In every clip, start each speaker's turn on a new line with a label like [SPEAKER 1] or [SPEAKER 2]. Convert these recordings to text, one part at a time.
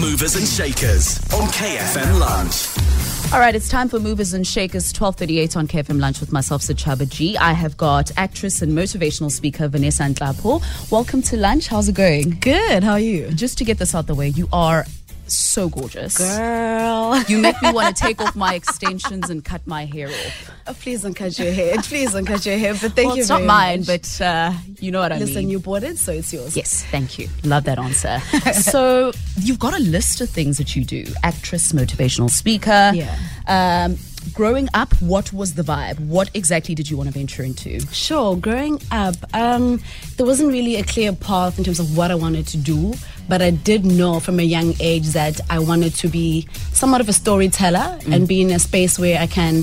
[SPEAKER 1] Movers and Shakers on KFM Lunch.
[SPEAKER 2] All right, it's time for Movers and Shakers, 12.38 on KFM Lunch with myself, Sachaba G. I have got actress and motivational speaker Vanessa Antlapo. Welcome to lunch. How's it going?
[SPEAKER 3] Good. How are you?
[SPEAKER 2] Just to get this out the way, you are so gorgeous.
[SPEAKER 3] Girl.
[SPEAKER 2] You make me want to take off my extensions and cut my hair off.
[SPEAKER 3] Oh, please don't cut your hair. Please don't cut your hair. But thank
[SPEAKER 2] well,
[SPEAKER 3] you
[SPEAKER 2] it's not
[SPEAKER 3] very
[SPEAKER 2] mine,
[SPEAKER 3] much.
[SPEAKER 2] but uh, you know what I mean.
[SPEAKER 3] Listen, you bought it, so it's yours.
[SPEAKER 2] Yes, thank you. Love that answer. so you've got a list of things that you do: actress, motivational speaker.
[SPEAKER 3] Yeah.
[SPEAKER 2] Um, growing up, what was the vibe? What exactly did you want to venture into?
[SPEAKER 3] Sure. Growing up, um, there wasn't really a clear path in terms of what I wanted to do, but I did know from a young age that I wanted to be somewhat of a storyteller and be in a space where I can,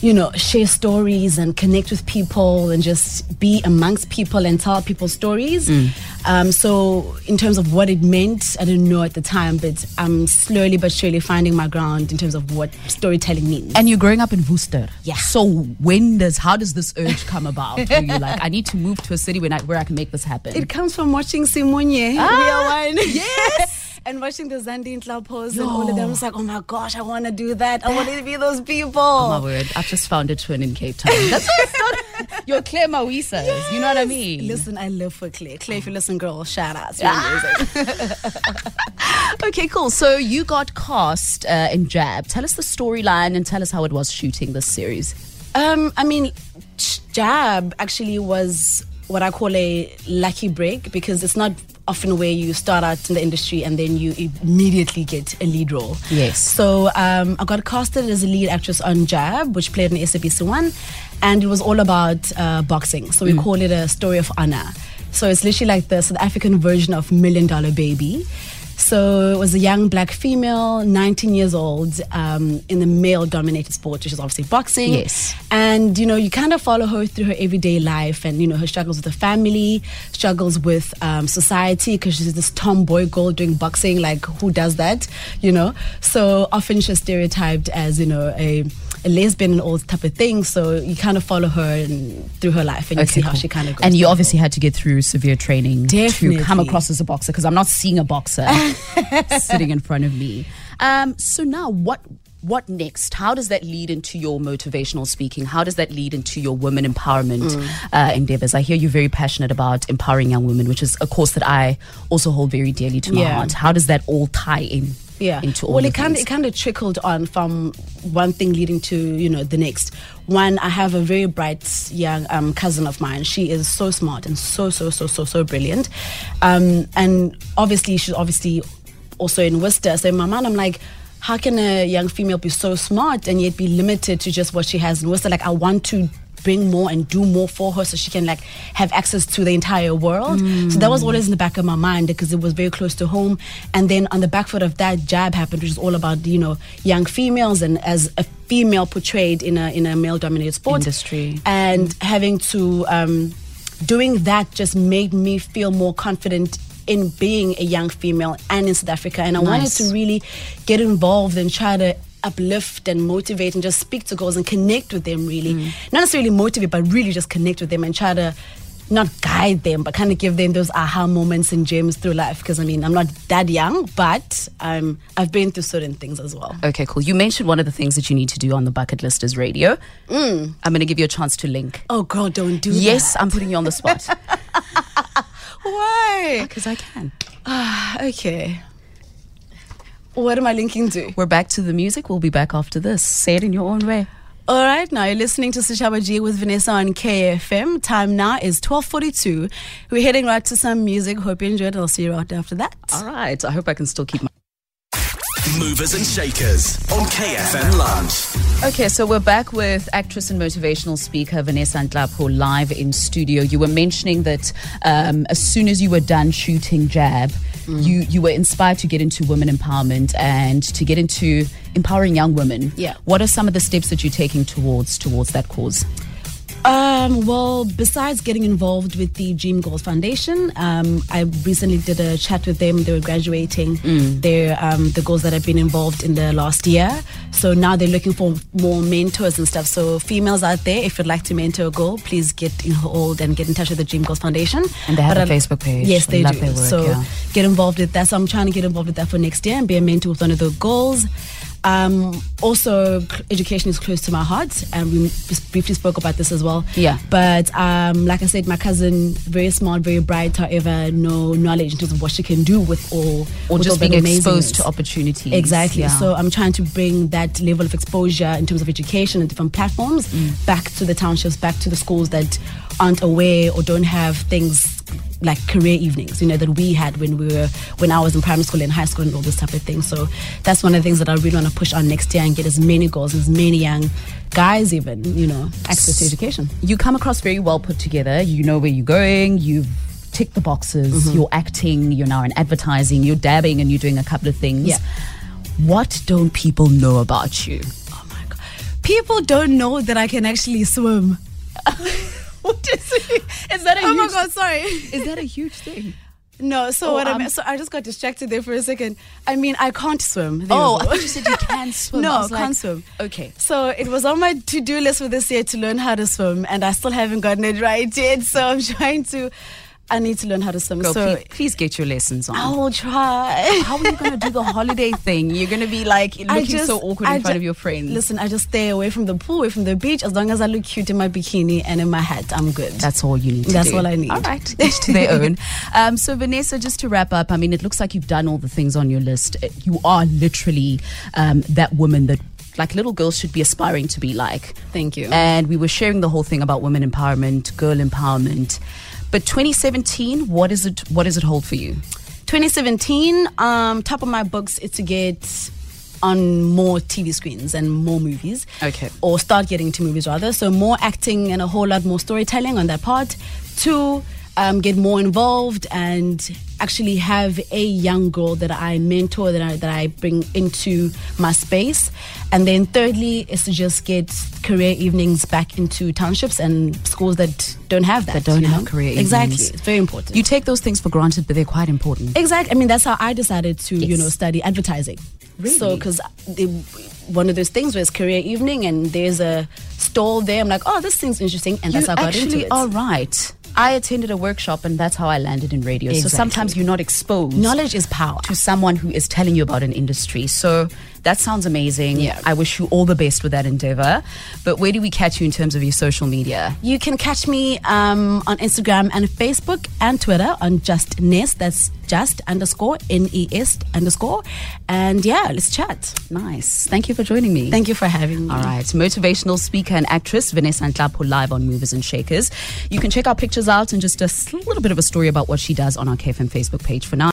[SPEAKER 3] you know, share stories and connect with people and just be amongst people and tell people stories. Um, so, in terms of what it meant, I didn't know at the time, but I'm slowly but surely finding my ground in terms of what storytelling means.
[SPEAKER 2] And you're growing up in Worcester.
[SPEAKER 3] Yeah.
[SPEAKER 2] So when does how does this urge come about? Were you like, I need to move to a city when I, where I can make this happen?
[SPEAKER 3] It comes from watching Simonye.
[SPEAKER 2] Ah,
[SPEAKER 3] we are one. Yes. and watching the Zandi and Club pose and all of them. It's like, oh my gosh, I want to do that. I want to be those people.
[SPEAKER 2] My word, I've just found a twin in Cape Town. That's why it's not. You're Claire Mawisas. You know what I mean?
[SPEAKER 3] Listen, I live for Claire. Claire, if you listen, girl, shout out. You're amazing.
[SPEAKER 2] Okay, cool. So you got cast uh, in Jab. Tell us the storyline and tell us how it was shooting this series.
[SPEAKER 3] Um, I mean, Ch- Jab actually was what I call a lucky break because it's not often where you start out in the industry and then you immediately get a lead role.
[SPEAKER 2] Yes.
[SPEAKER 3] So um, I got casted as a lead actress on Jab, which played in SABC One, and it was all about uh, boxing.
[SPEAKER 2] Mm.
[SPEAKER 3] So we call it a story of honor. So it's literally like the South African version of Million Dollar Baby. So it was a young black female, 19 years old, um, in the male-dominated sport, which is obviously boxing.
[SPEAKER 2] Yes.
[SPEAKER 3] And you know, you kind of follow her through her everyday life, and you know her struggles with her family, struggles with um, society, because she's this tomboy girl doing boxing. Like, who does that? You know. So often she's stereotyped as you know a, a lesbian and all type of thing. So you kind of follow her and, through her life, and you see how she kind of goes.
[SPEAKER 2] And you
[SPEAKER 3] through it
[SPEAKER 2] obviously had to get through severe training to
[SPEAKER 3] Definitely.
[SPEAKER 2] come across as a boxer because I'm not seeing a boxer sitting in front of me. Um, so now what what next? How does that lead into your motivational speaking? How does that lead into your women empowerment
[SPEAKER 3] Mm.
[SPEAKER 2] uh, endeavors? I hear you're very passionate about empowering young women, which is a course that I also hold very dearly to my
[SPEAKER 3] Yeah.
[SPEAKER 2] heart. How does that all tie in?
[SPEAKER 3] yeah.
[SPEAKER 2] Into all
[SPEAKER 3] well,
[SPEAKER 2] the
[SPEAKER 3] it kind
[SPEAKER 2] things?
[SPEAKER 3] of it kind of trickled on from one thing leading to you know the next. One, I have a very bright young um, cousin of mine. She is so smart and so so so so so brilliant, um, and obviously she's obviously also in Worcester. So in my mind, I'm like. How can a young female be so smart and yet be limited to just what she has in Worcester? Like, I want to bring more and do more for her so she can like have access to the entire world. So that was always in the back of my mind because it was very close to home. And then on the back foot of that, Jab happened, which is all about you know young females and as a female portrayed in a in a male dominated sport
[SPEAKER 2] Industry.
[SPEAKER 3] and having to um, doing that just made me feel more confident in being a young female and in South Africa. And I wanted
[SPEAKER 2] Nice.
[SPEAKER 3] to really get involved and try to uplift and motivate and just speak to girls and connect with them really. Not necessarily motivate, but really just connect with them and try to not guide them, but kind of give them those aha moments and gems through life. Because I mean, I'm not that young, but um, I've been through certain things as well.
[SPEAKER 2] Okay, cool. You mentioned one of the things that you need to do on the bucket list is radio.
[SPEAKER 3] Mm.
[SPEAKER 2] I'm going to give you a chance to link.
[SPEAKER 3] Oh, girl, don't do that.
[SPEAKER 2] Yes, I'm putting you on the spot
[SPEAKER 3] Why?
[SPEAKER 2] because I can.
[SPEAKER 3] Okay. What am I linking to?
[SPEAKER 2] We're back to the music. We'll be back after this. Say it in your own way.
[SPEAKER 3] All right, now you're listening to Sushaba G with Vanessa on KFM. Time now is 12.42. We're heading right to some music. Hope you enjoyed. I'll see you right after that.
[SPEAKER 2] All right. I hope I can still keep my.
[SPEAKER 1] Movers and Shakers on KFM Lunch.
[SPEAKER 2] Okay, so we're back with actress and motivational speaker Vanessa Antlapo live in studio. You were mentioning that um, as soon as you were done shooting Jab, you, you were inspired to get into women empowerment and to get into empowering young women.
[SPEAKER 3] Yeah.
[SPEAKER 2] What are some of the steps that you're taking towards towards that cause?
[SPEAKER 3] Um, well, besides getting involved with the Dream Goals Foundation, um, I recently did a chat with them. They were graduating.
[SPEAKER 4] Mm.
[SPEAKER 3] They're um, the girls that have been involved in the last year. So now they're looking for more mentors and stuff. So females out there, if you'd like to mentor a girl, please get involved and get in touch with the Dream Goals Foundation.
[SPEAKER 4] And they have
[SPEAKER 3] But
[SPEAKER 4] a
[SPEAKER 3] I-
[SPEAKER 4] Facebook page.
[SPEAKER 3] Yes, they
[SPEAKER 4] Love
[SPEAKER 3] do.
[SPEAKER 4] their work,
[SPEAKER 3] so
[SPEAKER 4] yeah.
[SPEAKER 3] get involved with that. So I'm trying to get involved with that for next year and be a mentor with one of the goals. Um, also, c- education is close to my heart, and we just briefly spoke about this as well.
[SPEAKER 2] Yeah.
[SPEAKER 3] But um, like I said, my cousin, very smart, very bright. However, no knowledge in terms of what she can do with all
[SPEAKER 2] or
[SPEAKER 3] with all
[SPEAKER 2] just
[SPEAKER 3] that
[SPEAKER 2] being exposed
[SPEAKER 3] amazingness.
[SPEAKER 2] to opportunities.
[SPEAKER 3] Exactly.
[SPEAKER 2] Yeah.
[SPEAKER 3] So I'm trying to bring that level of exposure in terms of education and different platforms back to the townships, back to the schools that aren't aware or don't have things like career evenings, you know, that we had when we were when I was in primary school and high school and all this type of thing. So that's one of the things that I really want to push on next year and get as many girls, as many young guys even, you know, access to education.
[SPEAKER 2] you come across very well put together. You know where you're going. You've ticked the boxes. You're acting. You're now in advertising. You're dabbing and you're doing a couple of things.
[SPEAKER 3] Yeah.
[SPEAKER 2] What don't people know about you?
[SPEAKER 3] Oh my god. People don't know that I can actually swim.
[SPEAKER 2] What is it? Is that a
[SPEAKER 3] Oh my
[SPEAKER 2] huge-
[SPEAKER 3] god, sorry.
[SPEAKER 2] Is that a huge thing?
[SPEAKER 3] No, so
[SPEAKER 2] Oh,
[SPEAKER 3] what I
[SPEAKER 2] um,
[SPEAKER 3] meant, so I just got distracted there for a second. I mean, I can't swim. There
[SPEAKER 2] Oh,
[SPEAKER 3] you
[SPEAKER 2] I
[SPEAKER 3] go.
[SPEAKER 2] thought you said you can swim.
[SPEAKER 3] no,
[SPEAKER 2] I
[SPEAKER 3] I
[SPEAKER 2] was
[SPEAKER 3] can't
[SPEAKER 2] like,
[SPEAKER 3] swim.
[SPEAKER 2] okay.
[SPEAKER 3] So it was on my to-do list for this year to learn how to swim, and I still haven't gotten it right yet. So I'm trying to. I need to learn how to swim.
[SPEAKER 2] Girl,
[SPEAKER 3] so
[SPEAKER 2] please, please get your lessons on.
[SPEAKER 3] I will try.
[SPEAKER 2] How are you going to do the holiday thing? You're going to be like
[SPEAKER 3] I
[SPEAKER 2] looking so awkward
[SPEAKER 3] I
[SPEAKER 2] in front
[SPEAKER 3] ju-
[SPEAKER 2] of your friends.
[SPEAKER 3] Listen, I just stay away from the pool, away from the beach. As long as I look cute in my bikini and in my hat, I'm good.
[SPEAKER 2] That's all you need to
[SPEAKER 3] That's
[SPEAKER 2] do.
[SPEAKER 3] all I need.
[SPEAKER 2] All right, each to their own. Um, so, Vanessa, just to wrap up, I mean, it looks like you've done all the things on your list. Uh, You are literally um, that woman that. Like little girls should be aspiring to be like.
[SPEAKER 3] Thank you.
[SPEAKER 2] And we were sharing the whole thing about women empowerment, girl empowerment. But 2017, what is it? What does it hold for you?
[SPEAKER 3] 2017, um, top of my books is to get on more TV screens and more movies.
[SPEAKER 2] Okay.
[SPEAKER 3] Or start getting to movies rather. So more acting and a whole lot more storytelling on that part. Two, um, get more involved and actually have a young girl that I mentor that I that I bring into my space. And then thirdly is to just get career evenings back into townships and schools that don't have that.
[SPEAKER 2] That don't
[SPEAKER 3] you
[SPEAKER 2] have
[SPEAKER 3] know?
[SPEAKER 2] career
[SPEAKER 3] Exactly.
[SPEAKER 2] evenings.
[SPEAKER 3] It's very important.
[SPEAKER 2] You take those things for granted, but they're quite important.
[SPEAKER 3] Exactly. I mean, that's how I decided to, you
[SPEAKER 2] Yes.
[SPEAKER 3] know, study advertising.
[SPEAKER 2] Really?
[SPEAKER 3] So, because one of those things where it's career evening and there's a stall there, I'm like, oh, this seems interesting, and that's how I got into
[SPEAKER 2] actually
[SPEAKER 3] it.
[SPEAKER 2] are right. I attended a workshop, and that's how I landed in radio. So
[SPEAKER 3] Exactly.
[SPEAKER 2] sometimes you're not exposed.
[SPEAKER 3] Knowledge is power.
[SPEAKER 2] to someone who is telling you about an industry. So that sounds amazing.
[SPEAKER 3] Yeah.
[SPEAKER 2] I wish you all the best with that endeavor. But where do we catch you in terms of your social media?
[SPEAKER 3] You can catch me um, on Instagram and Facebook and Twitter on just Nest. That's just underscore N E S underscore. And yeah, let's chat.
[SPEAKER 2] Nice. Thank you for joining me.
[SPEAKER 3] Thank you for having me.
[SPEAKER 2] All right. Motivational speaker and actress Vanessa Antlapo live on Movers and Shakers. You can check our pictures out and just a little bit of a story about what she does on our KFM Facebook page for now.